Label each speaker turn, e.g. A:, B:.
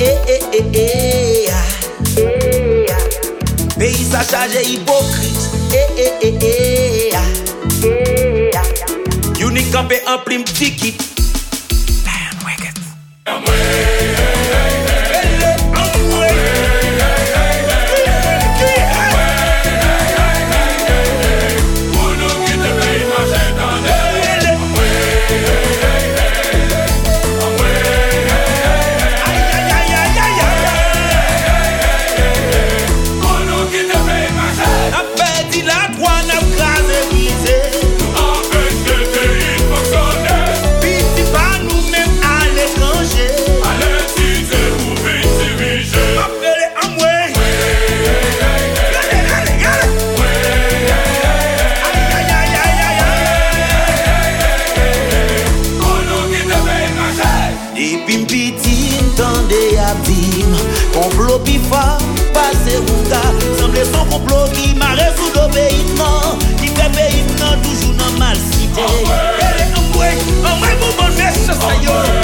A: e, e, e, e, ya. Peyi sa chaje hipokrit, e, e, e, e, ya. Youni kampe ampli mtikit, Dayan Wicked. Nap pedi la kwa, nap kaze vize, piti pa nou men al ekranje. Map pele amwe, gale, gale, gale. Ay, ay, ay, ay, ay, ay. Depi m piti m tande ap di m Komplo pi fa, pase rouga Semble son komplo ki ma rezoud obeyitman Ki fe peyitman toujou nan mal site Ele amwe, amwe pou bon mesye sayo bon bon